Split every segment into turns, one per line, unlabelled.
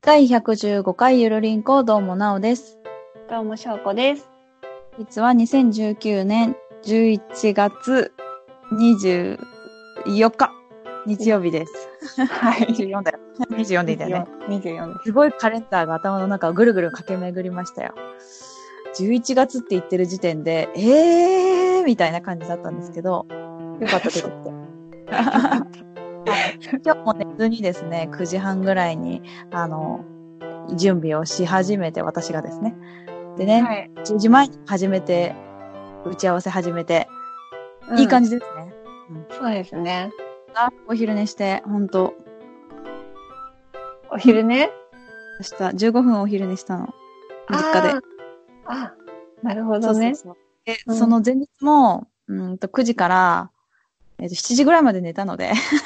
第115回ゆるりんこどうもなおです。
どうも、しょうこです。
実は2019年11月24日、日曜日です。
はい。
24だよ。24でいいんだよね。
24です
ごいカレンダーが頭の中をぐるぐる駆け巡りましたよ。11月って言ってる時点で、えーみたいな感じだったんですけど、よかった出てきて。今日も寝ずにですね、9時半ぐらいに、あの、準備をし始めて、私がですね。でね、
す。はい。
10時前に始めて、打ち合わせ始めて、いい感
じ。
じですね。
そうですね。
あお昼寝して、ほんと、
お昼寝
明日15分お昼寝したの。実家で。。
あー、なるほどね。
そうそうそうで、
うん
その前日も、うんと9時から、えっと7時ぐらいまで寝たので、 す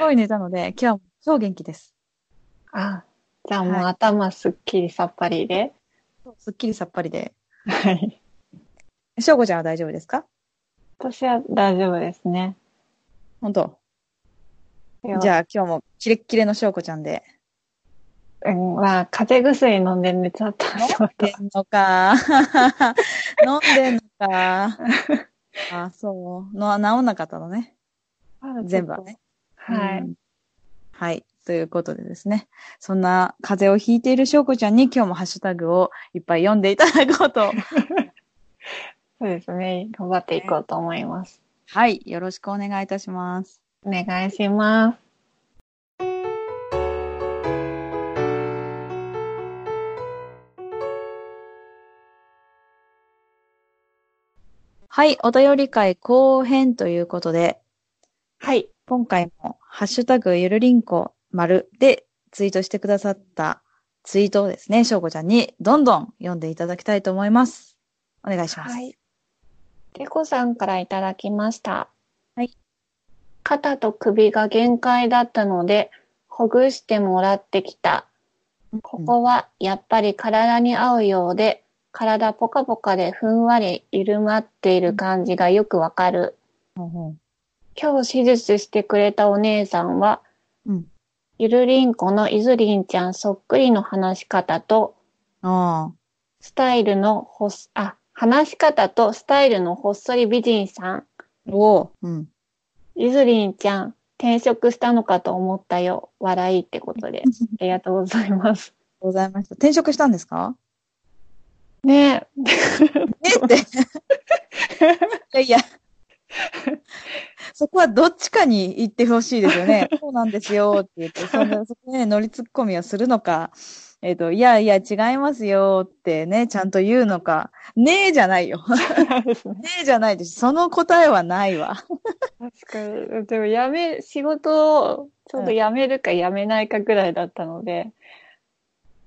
ごい寝たので、今日は超元気です。
あじゃあもう
はい
頭すっきりさっぱりで。
すっきりさっぱりで。
はい。
しょうこちゃんは大丈夫ですか
私は大丈夫ですね。
本当じゃあ今日もキレッキレのしょうこちゃんで。
あ、うん、まあ、風邪薬飲んで寝ちゃった。そう
飲んで んの か。飲んでんの か。あ、そう。の治んなかったのね。全部はね。。
は
う
い。
んはい。ということでですね。そんな風邪をひいているしょうこちゃんに今日もハッシュタグをいっぱい読んでいただこう と。
そうですね。頑張っていこうと思います。
はい。よろしくお願いいたします。
お願いします。
はい。お便り会後編ということで、
はい。
今回もハッシュタグゆるりんこ丸でツイートしてくださったツイートをですね、しょうこちゃんにどんどん読んでいただきたいと思います。お願いします。
はい。てこさんからいただきました。
はい。
肩と首が限界だったので、ほぐしてもらってきた。ここはやっぱり体に合うようで、体ポカポカでふんわり緩まっている感じがよくわかる。
ほうほう
今日手術してくれたお姉さんは、
うん
ゆるりんこのいずりんちゃんそっくりの話し方と、
ああ。
スタイルのほっ、あ、話し方とスタイルのほっそり美人さん。
おお。うん。
ゆずりんちゃん、転職したのかと思ったよ。笑いってこと
あ。り
でありがとうございます。
がとうございました。転職したんですか
ねえ。
えって。いやいや。そこはどっちかに言ってほしいですよ ね。そうなんですよって言って、そんな、そこね、乗りツッコミをするのか、えっ、と、いやいや、違いますよってね、ちゃんと言うのか、ねえじゃないよ。
ですね。
ねえじゃないです。その答えはないわ。
確かに。でも、やめ、仕事を、ちょうど辞めるか辞めないかぐらいだったので。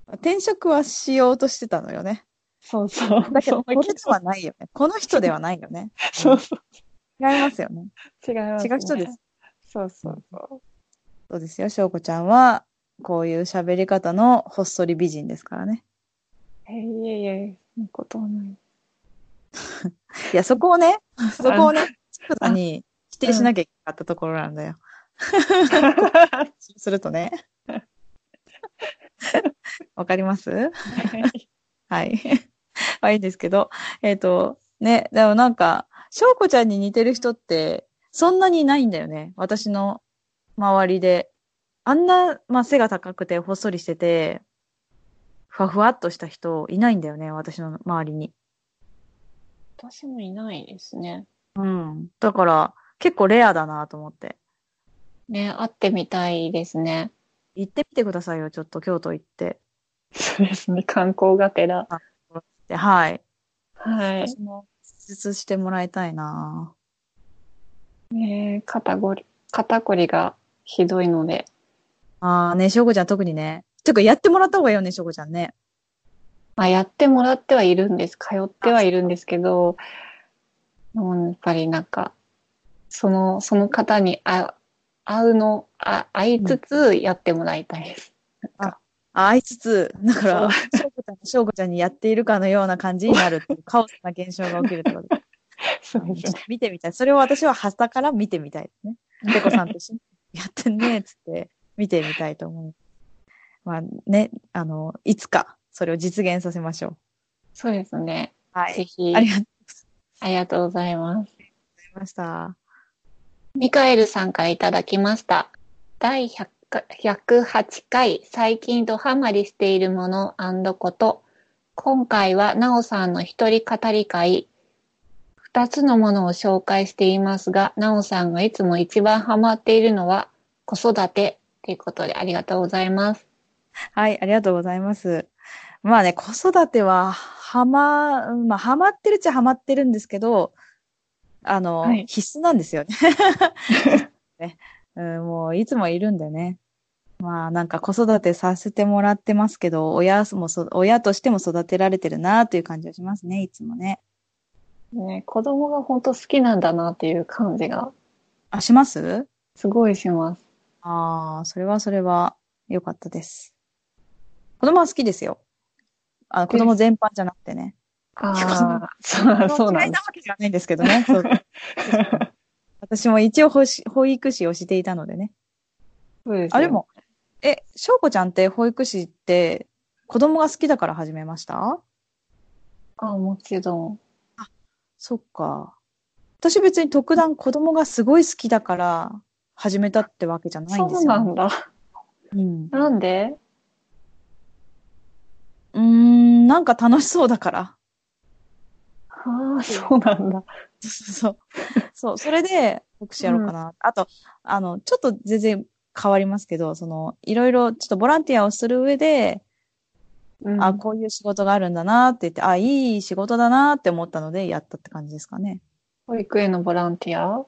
転職はしようとしてたのよね。
そうそう。
だけど、こ
そ
れ
う
ではないよね。この人ではないよね。
そうそう。
違いますよね。
違います、
違う人です。。
そうそうそう。
そうですよ、翔子ちゃんは、こういう喋り方のほっそり美人ですからね。
えいえいえ、そんなことはない。
いや、そこを ね、そこをね、ちくさんに否定
うん
しなきゃいけなかったところなんだよ。そうするとね。 わかります はい。まあいいんですけど、えっ、と、ね、でもなんか、翔子ちゃんに似てる人って、そんなにいないんだよね。私の周りで。あんな、まあ、背が高くて、ほっそりしてて、ふわふわっとした人、いないんだよね。私の周りに。
私もいないですね。
うん。だから、結構レアだなと思って。
ね、会ってみたいですね。
行ってみてくださいよ、ちょっと京都行って。
そうですね、観光がてら。
ではい。
はい。
私も、手術してもらいたいな
ねえ、肩こり、肩こりがひどいので。
ああね、しょうこちゃん特にね。てか、やってもらった方がいいよね、しょうこちゃんね。
まあ、やってもらってはいるんです。通ってはいるんですけど、もうやっぱりなんか、その、その方にあ会うの、あ会いつつやってもらいたいです。
あいつつ、だから、
そ
しょうこちゃん、しょうこちゃんにやっているかのような感じになるっていう、カオスな現象が起きるってことで
そうです
ちょっ
ね。
と見てみたい。それを私ははたから見てみたいですね。ペコさんと一緒にやってんね、つって。見てみたいと思う。まあね、あの、いつかそれを実現させましょう。
そうですね。
は
ぜ。ひ
あ、りがとう
ありがとうござい
ご
ます。
ざいました。
ミカエルさんからいただきました。第100か108回、最近ドハマりしているものこと。今回は、なおさんの一人語り会。二つのものを紹介していますが、なおさんがいつも一番ハマっているのは、子育て。ということで、ありがとうございます。
はい、ありがとうございます。まあね、子育ては、はま、うんまあ、はまってるっちゃはまってるんですけど、あの、
はい
必須なんですよね。 ねうん、もう、いつもいるんでね。まあ、なんか子育てさせてもらってますけど、親もそ、親としても育てられてるなという感じがしますね、いつもね。
ね、子供が本当好きなんだなっていう感じが、
あ、します
すごいします。
ああ、それはそれは良かったです。子供は好きですよ。あの子供全般じゃなくてね。
ああ、そうそうな
嫌い
んで
なわけじゃないんですけど ね。そう私も一応保し保育士をしていたのでね。
す。
あ、でも、え、翔子ちゃんって保育士って子供が好きだから始めました
あ、もちろん。
そっか。私別に特段子供がすごい好きだから始めたってわけじゃないんで
そう
すよ、
なんだ。
うん。
なんで
うーん、なんか楽しそうだから。
ああ、そうなんだ。
そう。そう。それで、僕士やろうかな。あと、あの、ちょっと全然変わりますけど、その、いろいろ、ちょっとボランティアをする上で、
うん
あ、こういう仕事があるんだなって言って、あ、いい仕事だなって思ったので、やったって感じですかね。
保育園のボランティア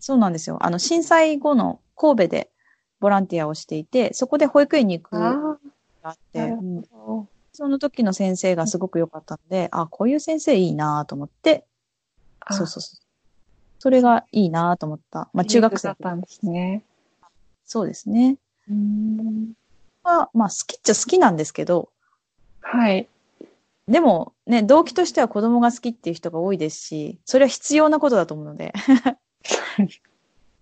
そうなんですよ。あの、震災後の神戸でボランティアをしていて、そこで保育園に行くが
あ
あっ
あ、
て、
なる
うん
ほ
その時の先生がすごく良かったので、あ、こういう先生いいなと思って、
ど。
そうそうそう。それがいいなと思った。まあ、中学生
だっ。たんですね。
そうですね。
うん
は、まあ好きっちゃ好きなんですけど、
はい。
でもね、動機としては子供が好きっていう人が多いですし、それは必要なことだと思うので、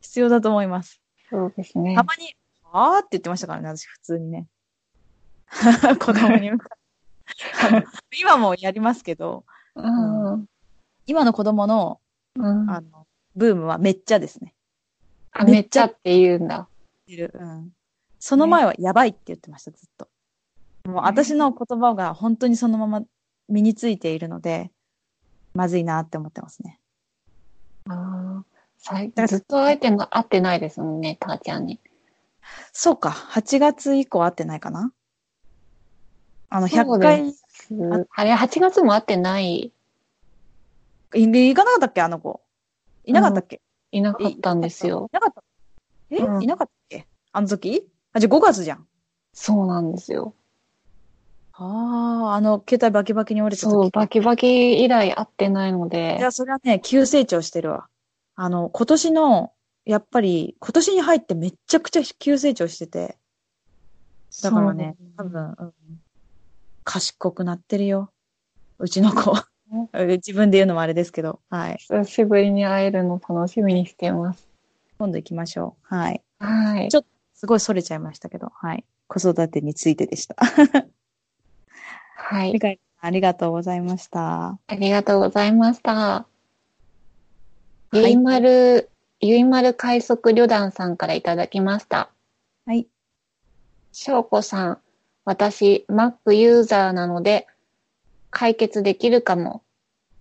必要だと思います。
そうですね
た。まに、あーって言ってましたからね、私普通にね。 子供に向かって。あの 今もやりますけど、
うん
今の子供の、
うん
あの、ブームはめっちゃですね。
あ、めっちゃって言うんだ。
うん。その前はやばいって言ってました、ずっと。もう私の言葉が本当にそのまま身についているので、まずいなって思ってますね。
ああ、最
だ
ずっと相手が会ってないですもんね、たーちゃんに。
そうか。8月以降会ってないかなあの、
そう
100
で
回、
すあれ、8月も会ってない、
い行かなかったっけあの子。いなかったっけ、
いなかったんですよ。
いなかった。え、
うん
いなかったっけあの時あ、じゃあ5月じゃん。
そうなんですよ。
ああ、あの、携帯バキバキに折れた時。
そう、バキバキ以来会ってないので。
いや、それはね、急成長してるわ。あの、今年の、やっぱり、今年に入ってめっちゃくちゃ急成長してて、だからね、多分、うん、賢くなってるよ。うちの子。 自分で言うのもあれですけど、はい。
久しぶりに会えるの楽しみにしてます。
今度行きましょう。はい。
はい
ちょ。すごい逸れちゃいましたけど、はい。子育てについてでした。
はい。
ありがとうございました。
ありがとうございました。
い
ゆいまる、ゆいまる快速旅団さんからいただきました。
はい。
しょうこさん、私、Mac ユーザーなので、解決できるかも。
うん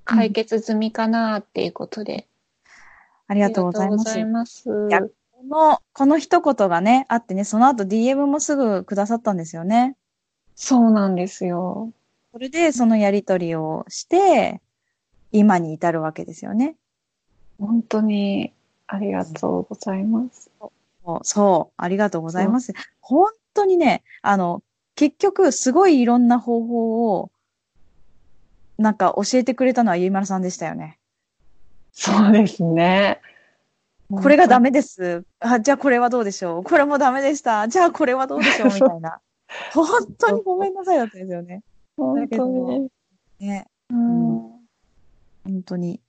解決済みかなっていうことで。
あり
あ
がとうございます。
りがとうござい
や
ます。
この、この一言がね、あってね、その後 DM もすぐくださったんですよね。
そうなんですよ。
それで、そのやりとりをして、今に至るわけですよね。
本当にありがとうございます。
そうそう、ありがとうございます。本当にね、あの、結局、すごいいろんな方法を、なんか教えてくれたのはゆいまるさんでしたよね。
そうですね。
これがダメです。あ、じゃあこれはどうでしょう。これもダメでした。じゃあこれはどうでしょう。みたいな。本当にごめんなさいだったんですよね。
本当に。
ね。
うん
本当に。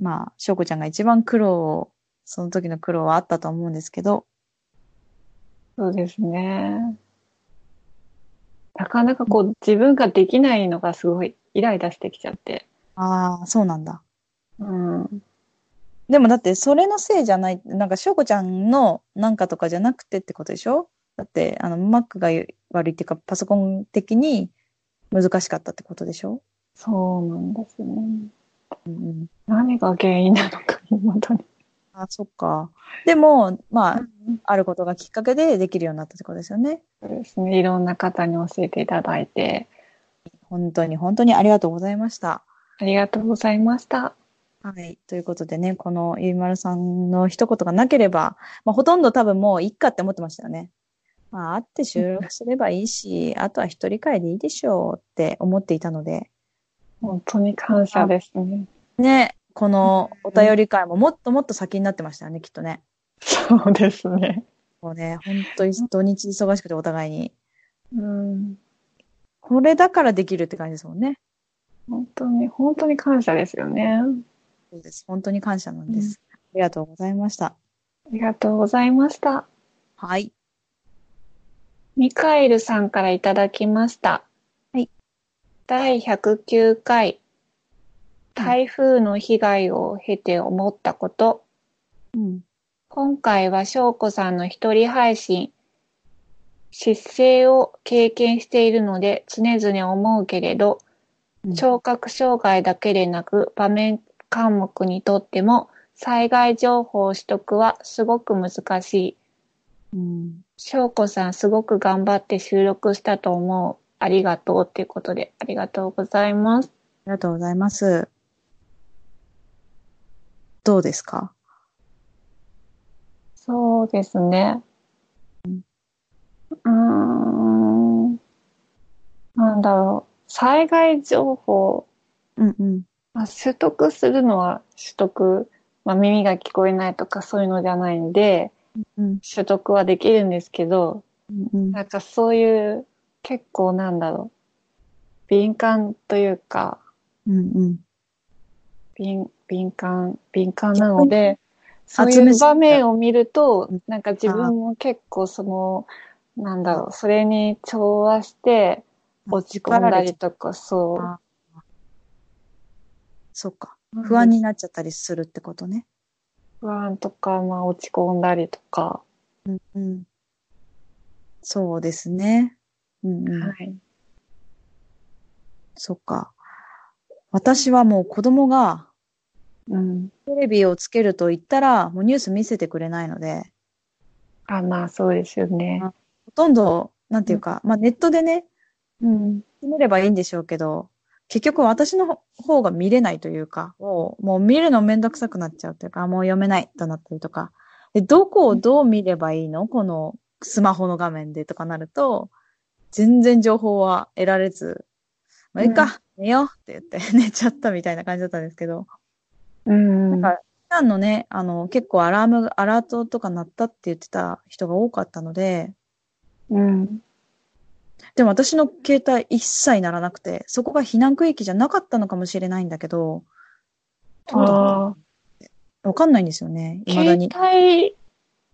まあ、翔子ちゃんが一番苦労を、その時の苦労はあったと思うんですけど、
そうですね。なかなかこう、自分ができないのがすごいイライラしてきちゃって。
ああ、そうなんだ。
うん。
でもだって、それのせいじゃない、なんか、翔子ちゃんのなんかとかじゃなくてってことでしょだって、あの、Mac が悪いっていうか、パソコン的に難しかったってことでしょ
そうなんですね。
うんうん。
何が原因なのか、未だに。
あ、そっか。でも、まあ、あることがきっかけでできるようになったってことですよね。
そうですね。いろんな方に教えていただいて、
本当に、本当にありがとうございました。
ありがとうございました。
はい。ということでね、このゆいまるさんの一言がなければ、まあ、ほとんど多分もういっかって思ってましたよね。まあ、会って収録すればいいし、あとは一人会でいいでしょうって思っていたので、
本当に感謝ですね。
ね、このお便り会ももっともっと先になってましたよね、きっとね。
そうですね。
もうね、本当に土日忙しくてお互いに。
うん。
これだからできるって感じですもんね。
本当に、本当に感謝ですよね。
そうです。本当に感謝なんです。ありがとうございました。
ありがとうございました。
はい。
ミカエルさんからいただきました。
はい。
第109回、台風の被害を経て思ったこと、
うん。
今回は翔子さんの一人配信、失勢を経験しているので常々思うけれど、聴覚障害だけでなく場面科目にとっても災害情報取得はすごく難しい。
うん。
翔子さんすごく頑張って収録したと思う。ありがとうっていうことで、ありがとうございます。
ありがとうございます。どうですか
そうですね。うーん。なんだろう。災害情報、
うんうん。
まあ、取得するのは取得、まあ、耳が聞こえないとかそういうのじゃないんで、
うん
取得はできるんですけど、
うん
なんかそういう、結構なんだろう。敏感というか、
うん。
敏敏感、敏感なので、そうい
集めす
う
ぎた
場面を見ると
うん、
なんか自分も結構その、なんだろう、それに調和して落ち込んだりとか、そ
あそっか。
う。
不安になっちゃったりするってことね。
不安とか、まあ落ち込んだりとか、
うんうん。そうですね。うんうん。
はい。
そっか。私はもう子供が
うん。
テレビをつけると言ったら、もうニュース見せてくれないので、
あ、まあそうですよね。
ほとんど、なんていうか、まあネットでね、
うん。
見ればいいんでしょうけど、結局私の方が見れないというか、もうもう見るのめんどくさくなっちゃうというか、あもう読めないとなったりとか、で、どこをどう見ればいいのこのスマホの画面でとかなると、全然情報は得られず、まあいいか、寝ようって言って 寝ちゃったみたいな感じだったんですけど、
うん。
なんか、普段のね、あの、結構アラーム、アラートとか鳴ったって言ってた人が多かったので、
うん。
でも私の携帯一切ならなくて、そこが避難区域じゃなかったのかもしれないんだけど、どうだろ
ああ、
うわかんないんですよね、未だ
携
に。
帯、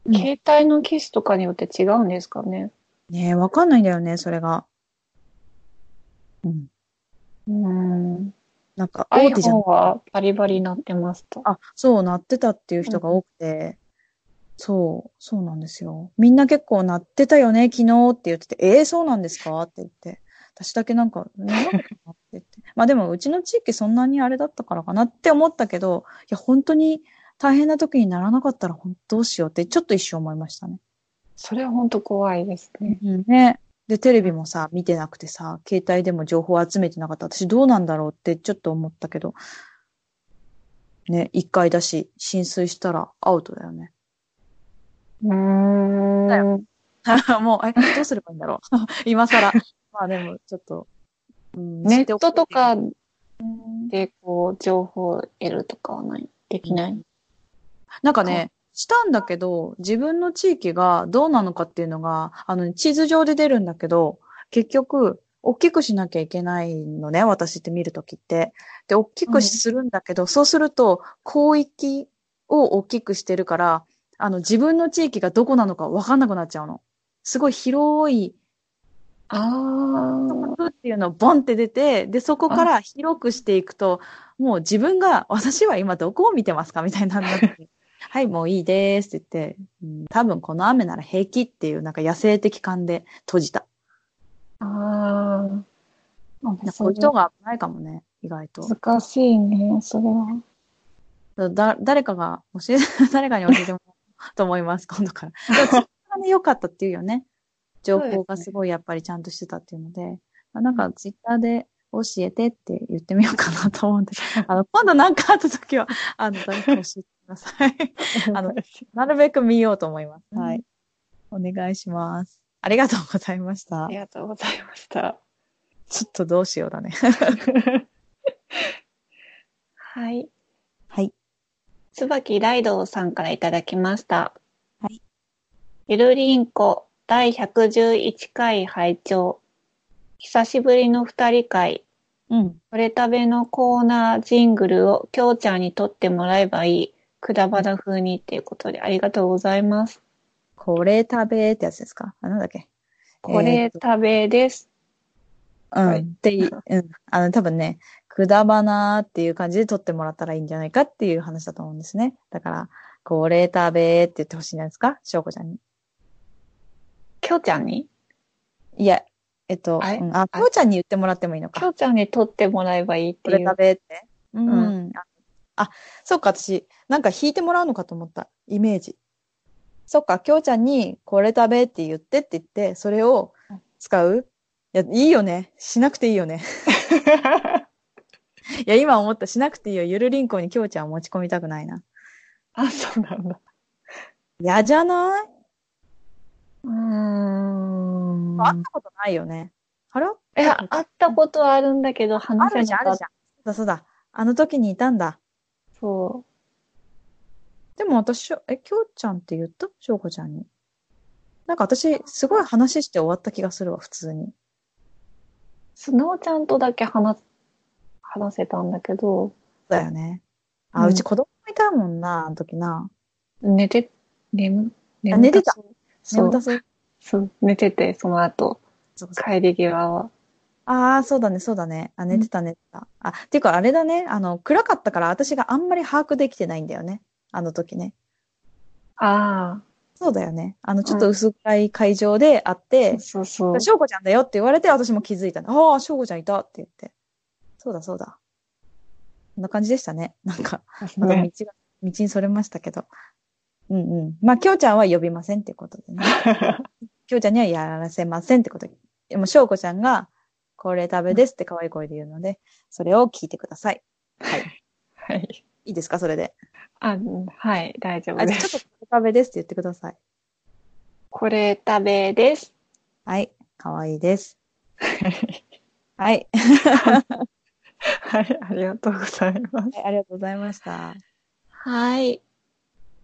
うん
携帯の機種とかによって違うんですかね。
ねえわかんないんだよね、それが。うん。
うん。
なんか、大手じゃん。
iPhone はバリバリなってました。
あ、そう、鳴ってたっていう人が多くて、そう、そうなんですよ。みんな結構鳴ってたよね、昨日って言ってて、ええそうなんですかって言って。私だけなんか、鳴らなかったなって言って。 まあでも、うちの地域そんなにあれだったからかなって思ったけど、いや、本当に大変な時にならなかったらほんどうしようって、ちょっと一瞬思いましたね。
それは本当怖いですね。
うん、ね。で、テレビもさ、見てなくてさ、携帯でも情報を集めてなかった。私どうなんだろうってちょっと思ったけど。ね、一回だし、浸水したらアウトだよね。
うーん。
だ もう、え、どうすればいいんだろう。 今更。まあでも、ちょっと。うん
ネットと、か
うん
でこう情報を得るとかはない、できない。
なんかね、したんだけど、自分の地域がどうなのかっていうのが、あの、地図上で出るんだけど、結局、大きくしなきゃいけないのね、私って見るときって。で、大きくするんだけど、そうすると、広域を大きくしてるから、あの、自分の地域がどこなのかわかんなくなっちゃうの。すごい広い
あ
ふっていうのをボンって出て、で、そこから広くしていくと、もう自分が、私は今どこを見てますかみたいにな って、はい、もういいですって言って、うん、多分この雨なら平気っていう、なんか野生的感で閉じた。
あ。ああ。
そういう人が危ないかもね、意外と。
難しいね、それは。
だ誰かが教え、 誰かに教えてもらおうと思い ます、今度から。でもツイッターがね、良かったっていうよね。 情報がすごいやっぱりちゃんとしてたっていうので、まあなんかツイッターで教えてって言ってみ ようかなと思うんです。あの、今度なんかあった時は、あの、誰か教えてください。 あのなるべく見ようと思います。
うん
はい。お願いします。ありがとうございました
あり。がとうございました。
ちょっとどうしようだね。
はい。
はい。
椿ライドウさんからいただきました。
はい。
ゆるりんこ第111回拝聴久しぶりの二人会、
うん。
トレタベのコーナージングルをきょうちゃんに撮ってもらえばいい、くだばな風にっていうことでありがとうございます。
これ食べってやつですかあ、なんだっけ
こ
えー
れ
っと
食べです。
うん。
はい
ってい、うん。あの、多分ね、くだばなーっていう感じで撮ってもらったらいいんじゃないかっていう話だと思うんですね。だから、これ食べーって言ってほしいんじゃないですかしょうこちゃんに。
きょうちゃんに
いや、えっと、
あれ
うんあ、きょうちゃんに言ってもらってもいいの
きょ
か。
うちゃんに撮ってもらえばいいって
こ
い
れ
う。
食べーって。うん。
う
あ、そっか、私、なんか弾いてもらうのかと思った。イメージ。そっか、きょうちゃんに、これ食べーって言ってって言って、それを使ういや、いいよね。しなくていい よね。いや、今思った。しなくていいよ。ゆるりんこにきょうちゃんを持ち込みたくないな。
あ、そうなんだ。
嫌じゃないう
ーん。
会ったことないよね。あれ
いや、会ったことはあるんだけど、
あ
話せ
るじゃ、
なん
あ
か
る
っ
じ
た。
ゃん。そうだ、そうだ。あの時にいたんだ。
そ
でも私、え、きょうちゃんって言ったしょうこちゃんに。なんか私、すごい話して終わった気がするわ、普通に。
う。スノーちゃんとだけ話す、話せたんだけど、
だよね。あ、
う
うんち子供いたもんな、あの時な。
寝て、眠、
あ寝てた
そう。そ
眠
う
たそう。
そう、寝てて、その後、
そうそう
帰り際は。
ああ、そうだね、そうだね。あ、寝てた、寝てた。あ、ていうかあれだね、あの、暗かったから私があんまり把握できてないんだよね。あの時ね。
あ
そうだよね。あの、ちょっと薄暗い会場で会って、
あ、そうそう。
しょうこちゃんだよって言われて、私も気づいたの。ああ、しょうこちゃんいたって言って。そうだ、そうだ。こんな感じでしたね。なんか、まだ道が、
ね
道にそれましたけど。うんうん。まあ、きょうちゃんは呼びませんってこと でね。きょうちゃんにはやらせませんってことで。でも、しょうこちゃんが、これ食べですって可愛い声で言うので、それを聞いてください。
はい。
いいですかそれで。
あ、うんはい、大丈夫
あ、
で
じゃあち
す。
ょっとこれ食べですって言ってください。
これ食べです。
はい。可愛い です。はい。
はい、ありがとうございます。
はいありがとうございました。
はい。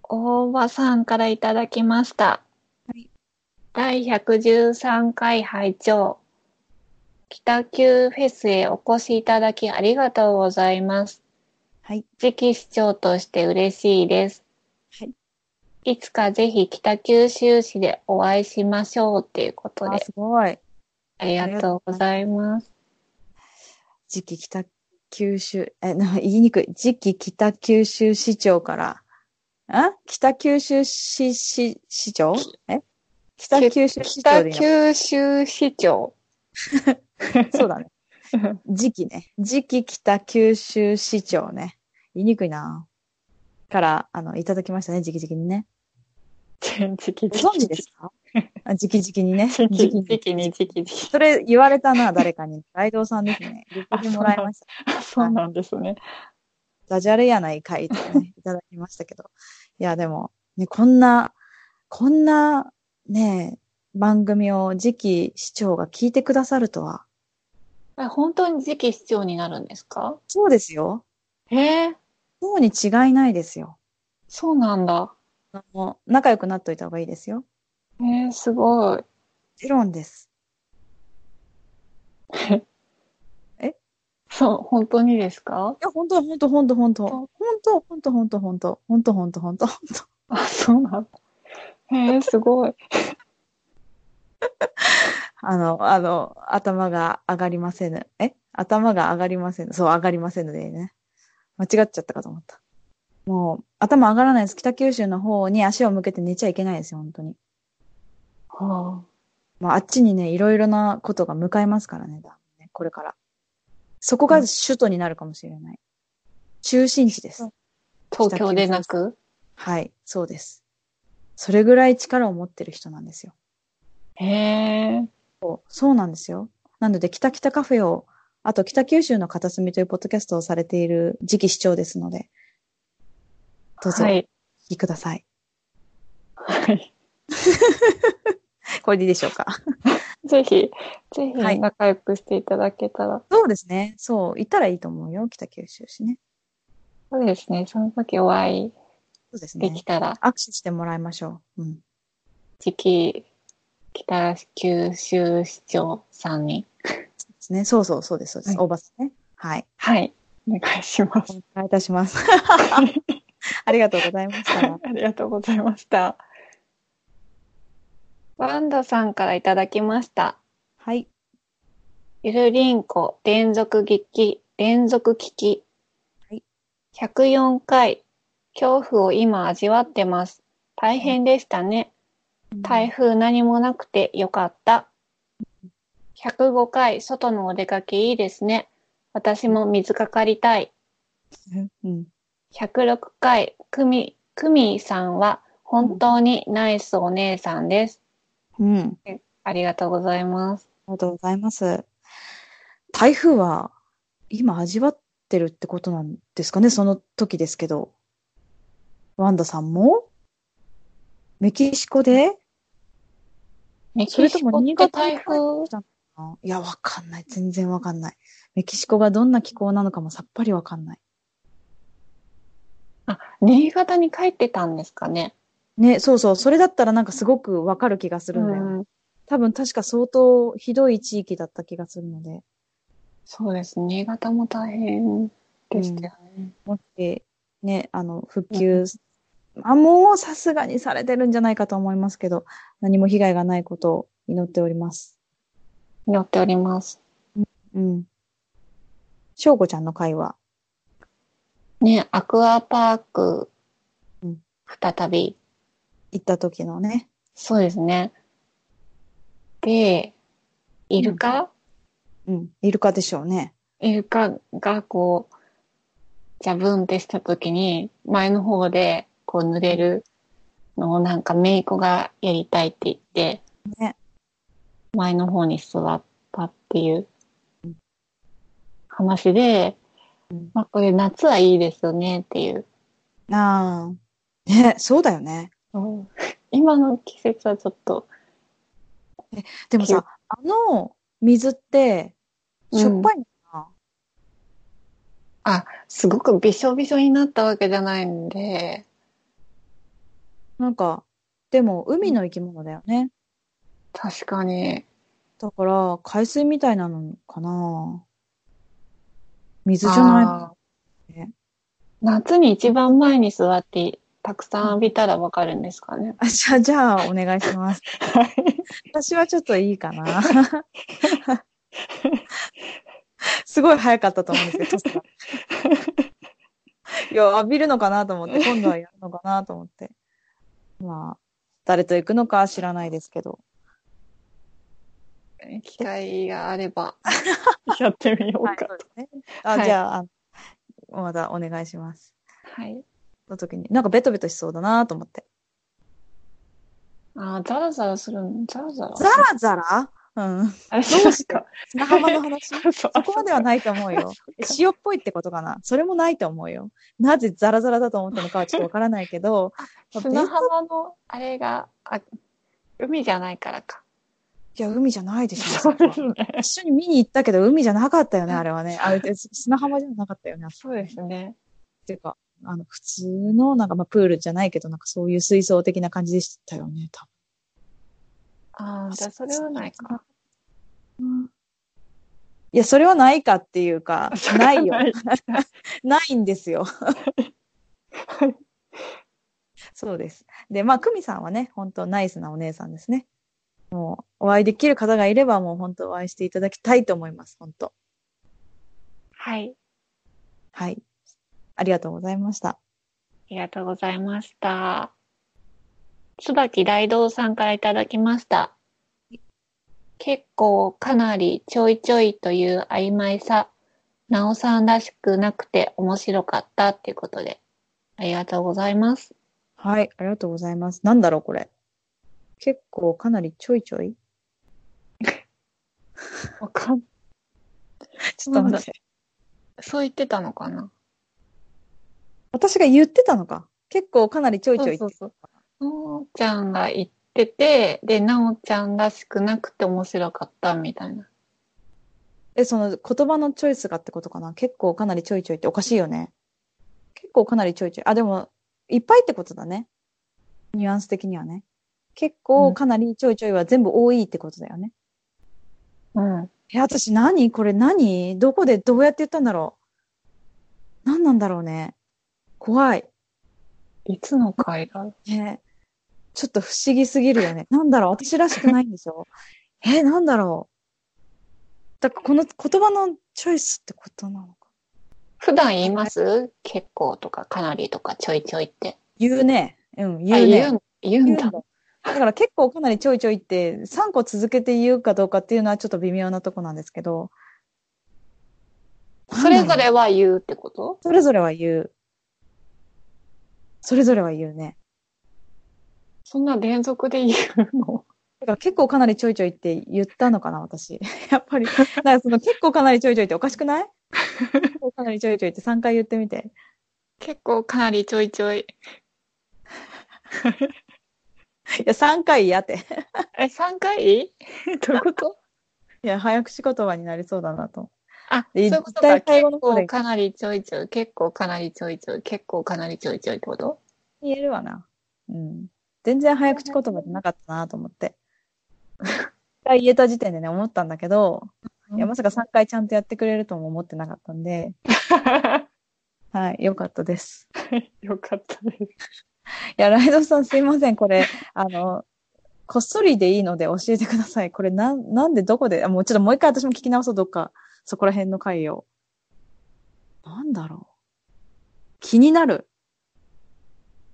大場さんからいただきました。
はい
第113回拝聴北九フェスへお越しいただきありがとうございます。
はい。
次期市長として嬉しいです。
はい。
いつかぜひ北九州市でお会いしましょうっていうこと
あ、
で、
すごい。
ありがとうございます。
次期北九州、え、な言いにくい。次期北九州市長から、あ北九州市、市、市長え北九州市長
北
でいいの
九州市 長。
そう だね。次期ね。次期北九州市長ね。言いにくいなから、あの、いただきましたね、直々にね。
時期
ご存知です かあ直々にね。
時期
々
時期に時期時期。
それ言われたな、誰かに。ライドウさんですね。言ってもらいました。
そうなんですね。
ダジャレやないかいとかね、いただきましたけど。 いや、でも、ね、こんな、こんな、ね、番組を次期市長が聞いてくださるとは。
あ本当に次期市長になるんですか
そうですよ。
へえ、
そうに違いないですよ。
そうなんだ。
あの仲良くなっといた方がいいですよ。も
へえ、すごい。
ちろんです。
そう、本当にですか
いや、本当本当本当本当本当本当本当本当本当本当本当本当
あ、そうなんだ。へえ、すごい。
あの、あの、頭が上がりませぬ。え頭が上がりませぬ。そう、上がりませぬでね。間違っちゃったかと思った。もう、頭上がらないです。北九州の方に足を向けて寝ちゃいけないですよ、本当に。
は
まあ、あっちにね、いろいろなことが向かいますからね、多分ねこれから。そこが首都になるかもしれない。中心地です。
あ、 東京でなく
はい、そうです。それぐらい力を持ってる人なんですよ。
へえ。
そうそうなんですよ。なので、北北カフェを、あと北九州の片隅というポッドキャストをされている次期市長ですので、どうぞお
は
聞
い。
きください。
はい。
これでいいでしょうか。
ぜひ、ぜひ
はい
仲良くしていただけたら。
そうですね。そう、行ったらいいと思うよ、北九州市ね。
そうですね。その時お会い
そうです
で
ね
き。たら、
握手してもらいましょう。うん。
次期、北九州市長さんに。
そうですね。そうそう、そうです、そうです。
は
大場さんね。はい。
はい。お願いします。
お願いいたします。 ありがとうございました。
ありがとうございました。ワンダさんからいただきました。
はい。
ゆるりんこ連続劇連続聞き。
はい
104回、恐怖を今味わってます。大変でしたね。台風何もなくてよかった。105回、外のお出かけいいですね。私も水かかりたい。
うん。
106回、くみ、くみさんは本当にナイスお姉さんです。
うん。あり
ありがとうございます。
がとうございます。台風は今味わってるってことなんですかね、その時ですけど。ワンダさんもメキシコで
メ
そ
キ
れ
シ
とも
コっ
新
て
潟に帰っ
台
て
風
きたのかないや、わかんない。全然わかんない。メキシコがどんな気候なのかもさっぱりわかんない。
あ、新潟に帰ってたんですかね。
ね、そうそう。それだったらなんかすごくわかる気がするんだよね。
うん
多分確か相当ひどい地域だった気がするので、
そうです。新潟も大変でしたよね。
もし、ね、あの、復旧、あ、もうさすがにされてるんじゃないかと思いますけど、何も被害がないことを祈っております。
祈っております。
うん。しょうこちゃんの会は、
ね、アクアパーク
うん、
再び。
行った時のね、
そうですね。で、イルカ、
うん、イルカでしょうね。
イルカがこう、ジャブンってした時に、前の方でこう濡れるのをなんかメイコがやりたいって言って、
ね
前の方に座ったっていう話で、
うん
まあこれ夏はいいですよねっていう。
ああ、ね、そうだよね。
今の季節はちょっと、
でもさ、あの水って、しょっぱいのか
あ、すごくびしょびしょになったわけじゃないんで、
な、なんか、でも海の生き物だよね。
確かに、
だから、海水みたいなのかな水じゃないね
夏に一番前に座ってたくさん浴びたらわかるんですかね。
あ、じゃあ、じゃあ、お願いします。私はちょっといいか な。すごい早かったと思うんですけど、トスがいや、浴びるのかなと思って、今度はやるのかなと思って。まあ、誰と行くのかは知らないですけど。
機会があれば やってみようか。
ね、あ、
はい
じゃああの、またお願いします。
はい。
の時に、なんかベトベトしそうだなと思って。
あー、ザラザラするん、ザラザラ。
ザラザラうん。
あれ
どうして
なんか
砂浜の話
そうそう
そこまではないと思う よ。塩っぽいってことかな。それもないと思うよ。なぜザラザラだと思ったのかはちょっとわからないけ ど、
砂浜のあれが、あ、海じゃないからか。
いや、海じゃないでしょ。
そうですね。
一緒に見に行ったけど、海じゃなかったよね、あれはね。あれって砂浜じゃなかったよね。っ
そうですね。
ていうか、あの、普通の、なんか、まあ、プールじゃないけど、なんかそういう水槽的な感じでしたよね、多
あー、じゃあそ
分。
れはないか。。
いや、それはないかっていうか、 ないよ。
い。
ないんですよ。
い
そうです。で、まあ、久美さんはね、本当ナイスなお姉さんですね。もう、お会いできる方がいれば、もう本当お会いしていただきたいと思います。本当。
はい。
はい。ありがとうございました。
ありがとうございました。椿大道さんからいただきました。結構かなりちょいちょいという曖昧さ、なおさんらしくなくて面白かったっていうことで、ありがとうございます。
はい。ありがとうございます。なんだろう、これ。結構かなりちょいちょい
わかん
ちょっと待って。
そう言ってたのかな
私が言ってたのか。結構かなりちょいちょいって
そうそうそう。のおちゃんが言ってて、で、なおちゃんらしくなくて面白かったみたいな。
え、その言葉のチョイスがってことかな結構かなりちょいちょいっておかしいよね。結構かなりちょいちょい。あ、でも、いっぱいってことだね。ニュアンス的にはね。結構かなりちょいちょいは全部多いってことだよね。
うん。
え、私何これ何どこでどうやって言ったんだろう何なんだろうね。怖い。
いつの回だろ
ねちょっと不思議すぎるよね。なんだろう私らしくないんでしょえ、なんだろうだからこの言葉のチョイスってことなのか。
普段言います結構とかかなりとかちょいちょいって。
言うね。うん、
あ
言うね。
言う
言
ん
うん
だ。
だだから結構かなりちょいちょいって、3個続けて言うかどうかっていうのはちょっと微妙なとこなんですけど。
それ
な
ぞ
んだろう。
れは言うってこと
それぞれは言う。それぞれは言うね。
そんな連続で言うの
だから結構かなりちょいちょいって言ったのかな、私。 やっぱり。だからその結構かなりちょいちょいっておかしくない結構かなりちょいちょいって3回言ってみて。
結構かなりちょいちょい。
いや、3回やって。
え、3回 どういうこと
いや、早口言葉になりそうだなと。
あ、そう
で
いうこと
一体最
か。結
後の方で
構かなりちょいちょい、結構かなりちょいちょい、結構かなりちょいちょいってこと
言えるわな。うん。全然早口言葉じゃなかったなと思って。一回言えた時点でね、思ったんだけど、いや、まさか3回ちゃんとやってくれるとも思ってなかったんで、はい、よかったです。
よかったです。
いや、ライドさんすいません、これ、あの、こっそりでいいので教えてください。これ、なん、なんでどこで、あもうちょっともう一回私も聞き直そう、どっか、そこら辺の回を。なんだろう。気になる。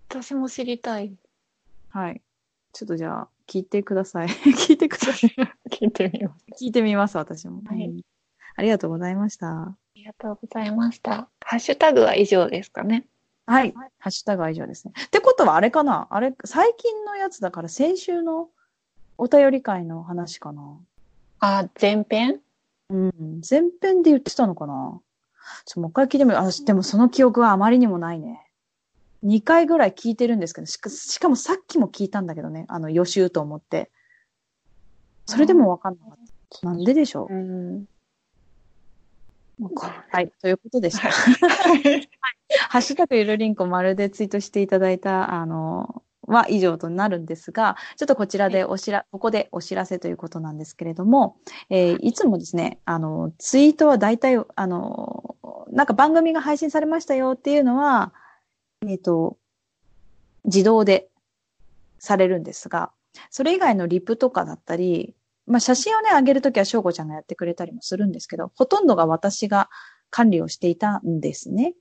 私も知りたい。
はい。ちょっとじゃあ、聞いてください。 聞いてください。
聞いてみます。
聞いてみます、私も。
はい
うんありがとうございました。
ありがとうございました。ハッシュタグは以上ですかね。
はい。ハッシュタグは以上ですね。ってことは、あれかなあれ、最近のやつだから、先週のお便り会の話かな
あ、前編
うん。前編で言ってたのかなちょ、もう一回聞いてみる。私、でもその記憶はあまりにもないね。2回ぐらい聞いてるんですけど、しかしかもさっきも聞いたんだけどね。あの、予習と思って。それでもわかんなかった。なんででしょう
うん。わか
はい。ということでした。
んない
ハッシュタグゆるりんこ丸でツイートしていただいた、あの、は以上となるんですが、ちょっとこちらでおしら、ここでお知らせということなんですけれども、えーいつもですね、あの、ツイートは大体、あの、なんか番組が配信されましたよっていうのは、えっ、と、自動でされるんですが、それ以外のリプとかだったり、まあ、写真をね、上げるときは翔子ちゃんがやってくれたりもするんですけど、ほとんどが私が管理をしていたんですね。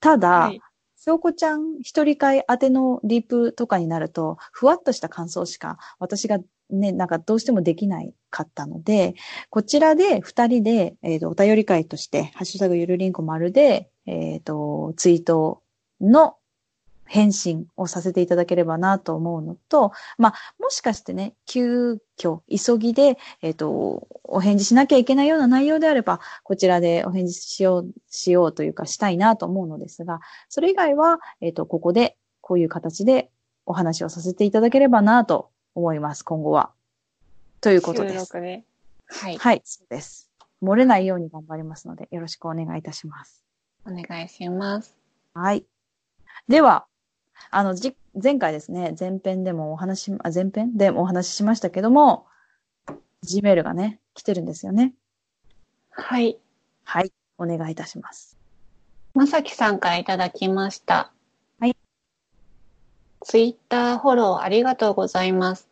ただ、
はい
翔子ちゃん一人会宛てのリプとかになると、ふわっとした感想しか私がね、なんかどうしてもできないかったので、こちらで二人で、えっ、と、お便り会として、ハッシュタグゆるりんこ丸で、えっ、と、ツイートの返信をさせていただければなと思うのと、まあ、もしかしてね、急遽、急ぎで、えっ、と、お返事しなきゃいけないような内容であれば、こちらでお返事しよう、しようというかしたいなと思うのですが、それ以外は、えっ、と、ここで、こういう形でお話をさせていただければなと思います、今後は。ということです。
収録で。はい。
はい、そうです。漏れないように頑張りますので、よろしくお願いいたします。
お願いします。
はい。では、あの、じ、前回ですね、前編でもお話し、あ、前編でもお話ししましたけども、G メールがね、来てるんですよね。
はい。
はい。お願いいたします。
まさきさんからいただきました。
はい。
ツイッターフォローありがとうございます。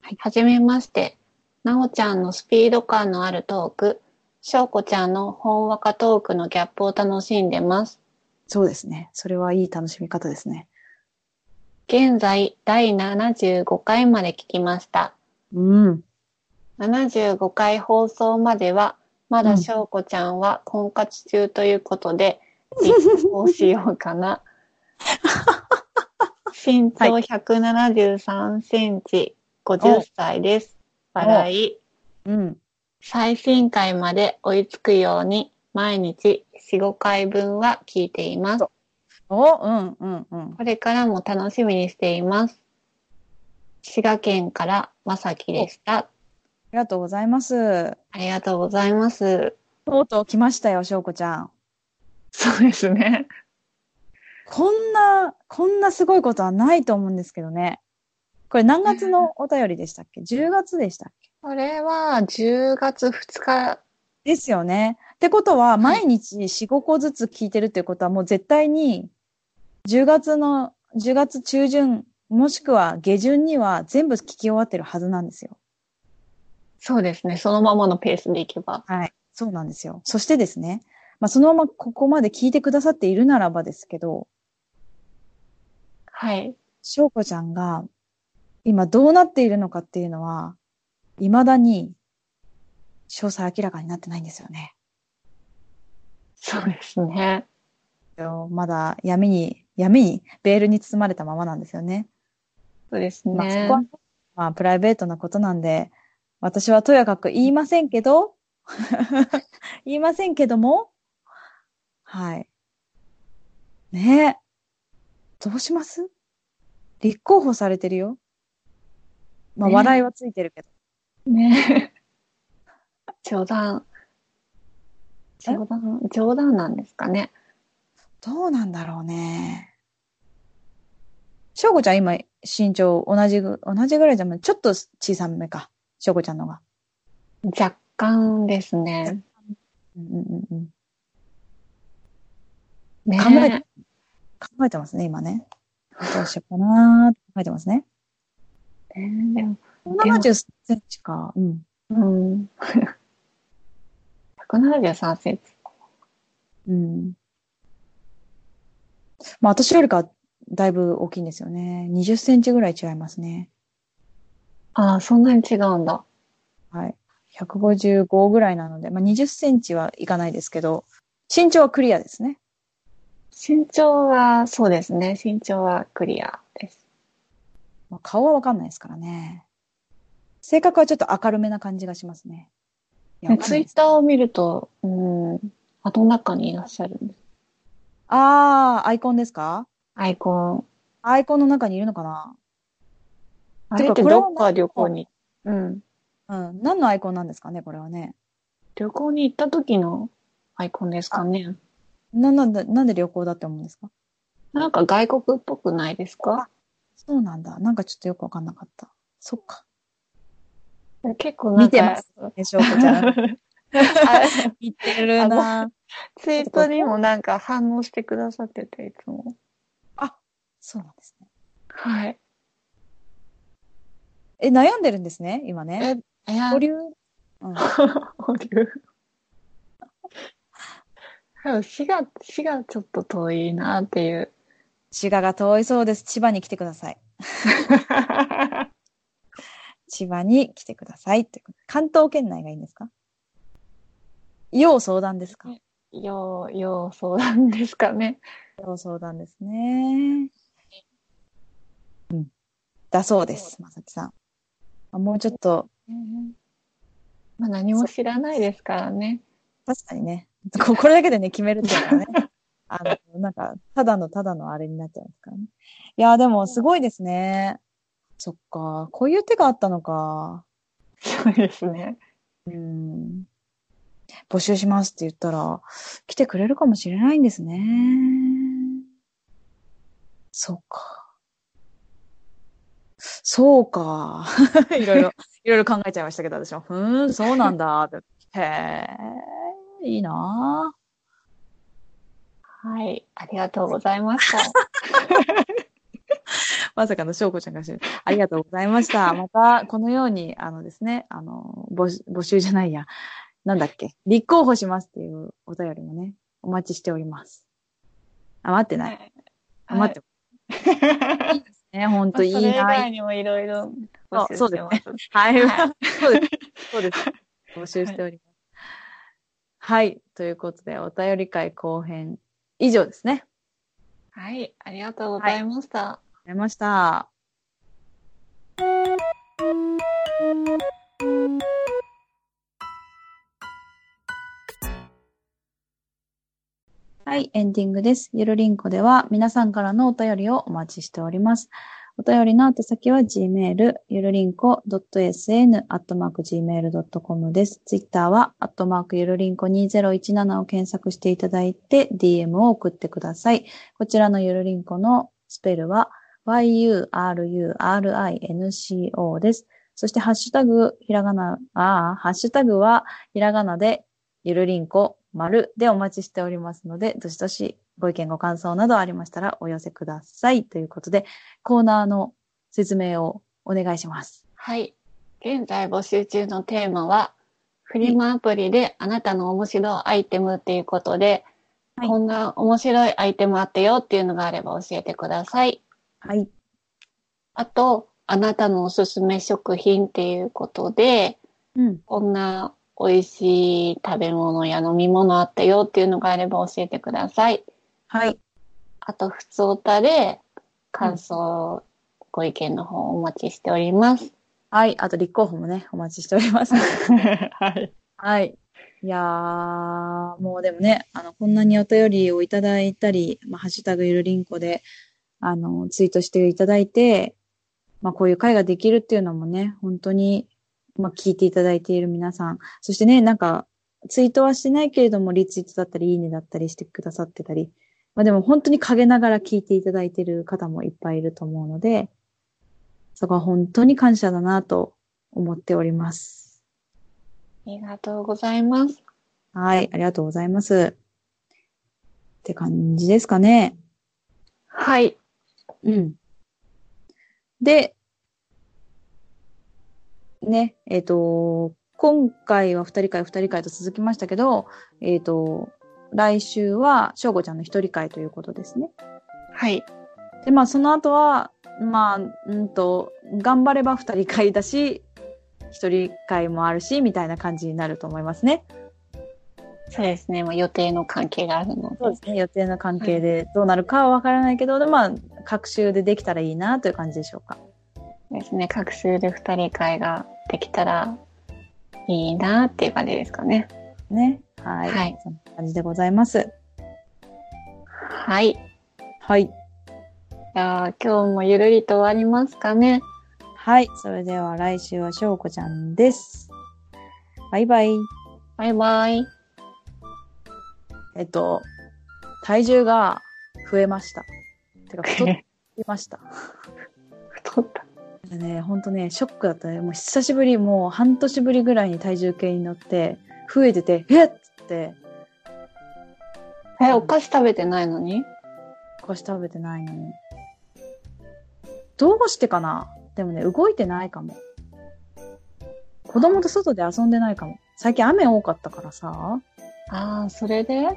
はい
はじめまして。なおちゃんのスピード感のあるトーク、しょうこちゃんのほんわかトークのギャップを楽しんでます。
そうですね。それはいい楽しみ方ですね。
現在、第75回まで聞きました。
うん。
75回放送までは、まだしょうこちゃんは婚活中ということ で、どうしようかな。身長
は
173センチ、50歳です。笑い。
うん。
最新回まで追いつくように、毎日4、5回分は聞いています。
おうんうんうん。
これからも楽しみにしています。滋賀県からまさきでした。
ありがとうございます。
ありがとうございます。
とうとう来ましたよ、しょうこちゃん。
そうですね。
こんな、こんなすごいことはないと思うんですけどね。これ何月のお便りでしたっけ ?10 月でしたっけ
これは10月2日、
ですよね。ってことは、毎日4、5個ずつ聞いてるっていうことは、もう絶対に、10月の、10月中旬、もしくは下旬には全部聞き終わってるはずなんですよ。
そうですね。そのままのペースでいけば。
はい。そうなんですよ。そしてですね、まあ、そのままここまで聞いてくださっているならばですけど、
はい。
しょうこちゃんが今どうなっているのかっていうのは、未だに詳細明らかになってないんですよね。
そうですね。
まだ闇に、闇に、ベールに包まれたままなんですよね。
そうです
まあそ
ね
こ。は、まあプライベートなことなんで、私はとやかく言いませんけど、 言いませんけども、はい。ねえ。どうします立候補されてるよ。まあ、
ねえ
笑いはついてるけど。
ね 冗談。冗談、冗談なんですかね。
どうなんだろうね。しょうこちゃん今身長同じぐ、同じぐらいじゃない、ちょっと小さめか。しょうこちゃんのが。
若干ですね。
うんうんうんうん。
ね
考え考えてますね、今ね。どうしようかなーって考えてますね。
ねでも
73センチか。うん。
うん。173センチ。
うん。まあ私よりかだいぶ大きいんですよね。20センチぐらい違いますね。
ああ、そんなに違うんだ。
はい。155ぐらいなので、まあ20センチはいかないですけど、身長はクリアですね。
身長は、そうですね。身長はクリアです。
まあ顔はわかんないですからね。性格はちょっと明るめな感じがしますね。いやわかん
ツ
な
イ
いで
ッ
す
ターを見ると、うん、あの中にいらっしゃるんです。
あー、アイコンですか
アイコン。
アイコンの中にいるのかな
あれってどっか旅行に。うん。
うん。何のアイコンなんですかね、これはね。
旅行に行った時のアイコンですかね。
な、なんで、なんで旅行だって思うんですか
なんか外国っぽくないですか
そうなんだ。なんかちょっとよくわかんなかった。そっか。
結構な
見
んか。
て ます。え、しょうこちゃん。 見てるな
あツイートにもなんか反応してくださってて、いつも。
そうなんですね。
はい。
え、悩んでるんですね、今ね。
え、いや
保留うん。
保留。多分滋賀、滋賀ちょっと遠いなって いう。
滋賀が遠いそうです。千葉に来てください。千葉に来てくださいってこと。関東圏内がいいんですか要相談ですか
ねよう、よう相談ですかね。
要相談ですね。うん。だそうです、まさきさんあ。もうちょっと、
まあ何も知らないですからね。
確かにね、ここれだけでね、決めるっていうのは ね、あの、なんか、ただのただのあれになっちゃいますからね。いやー、でもすごいですね。そっか、こういう手があったのか。
そうですね。
うん。募集しますって言ったら、来てくれるかもしれないんですね。そうか。そうか。 いろいろ、いろいろ考えちゃいましたけど、私は。ふーん、そうなんだ。ってへえ、いいなぁ
はい。ありがとうございました。
まさかの翔子ちゃんが知る。ありがとうございま した。また、このように、あのですね、あの、募集募集じゃないや。なんだっけ。立候補しますっていうお便りもね、お待ちしております。あ、待ってない。あ、待って、いいです ね。本
まあ
当
それ
いい
以
な
外。にもいろいろ募集
そう
してます。
はい
は。
そうです。そうです。募集しております。はい。ということで、お便り会後編以上ですね。
はい、ありがとうございました。
ありがとうございました。はい、エンディングです。ゆるりんこでは皆さんからのお便りをお待ちしております。お便りの宛先は gmail、ゆるりんこ .sn、アットマーク gmail.com です。ツイッターは、アットマークゆるりんこ2017を検索していただいて、DM を送ってください。こちらのゆるりんこのスペルは yurinco です。そしてハッシュタグ、ひらがな、ああ、ハッシュタグはひらがなでゆるりんこ丸でお待ちしておりますので、どしどしご意見ご感想などありましたらお寄せください。ということで、コーナーの説明をお願いします。
はい。現在募集中のテーマは、フリマアプリであなたの面白いアイテムっていうことで、
はい
こんな面白いアイテムあったよっていうのがあれば教えてください。
はい。
あと、あなたのおすすめ食品っていうことで、
うん。
こんな美味しい食べ物や飲み物あったよっていうのがあれば教えてください。
はい。
あと、普通歌で感想、ご意見の方お待ちしております。
はい。あと、立候補もね、お待ちしております。
はい。
はい。いやー、もうでもね、あの、こんなにお便りをいただいたり、まあ、ハッシュタグゆるりんこで、あの、ツイートしていただいて、まあ、こういう会ができるっていうのもね、本当に、まあ、聞いていただいている皆さん。そしてね、なんか、ツイートはしてないけれども、リツイートだったり、いいねだったりしてくださってたり、まあ、でも本当に陰ながら聞いていただいている方もいっぱいいると思うので、そこは本当に感謝だなと思っております。
ありがとうございます。
はい、ありがとうございます。って感じですかね。
はい。
うん。で、ね、えっ、と、今回は二人会二人会と続きましたけど、えっ、と、来週は、しょうごちゃんの一人会ということですね。
はい。
で、まあ、その後は、まあ、うんと、頑張れば二人会だし、一人会もあるし、みたいな感じになると思いますね。
そうですね。まあ、予定の関係があるので。
そうですね、予定の関係でどうなるかはわからないけど、でまあ、各週でできたらいいなという感じでしょうか。
ですね。各週で二人会ができたらいいなっていう感じですかね。
ね。はい。
はい
そんな感じでございます。
はい。じ
はい。
ゃあ、今日もゆるりと終わりますかね。
はい。それでは来週はしょうこちゃんです。バイバイ。
バイバイ。
えっと、体重が増えました。てか、太りま した。
太った。
でね、ほんとね、ショックだったね。もう久しぶり、もう半年ぶりぐらいに体重計に乗って、増えてて、えっつって、
え、お菓子食べてないのに
少し食べてないのに。どうしてかなでもね、動いてないかも。子供と外で遊んでないかも。最近雨多かったからさ、
ああ、それで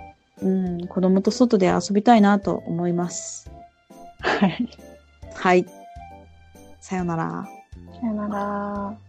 うん、子供と外で遊びたいなと思います。
はい。
はい。さよなら。
さよなら。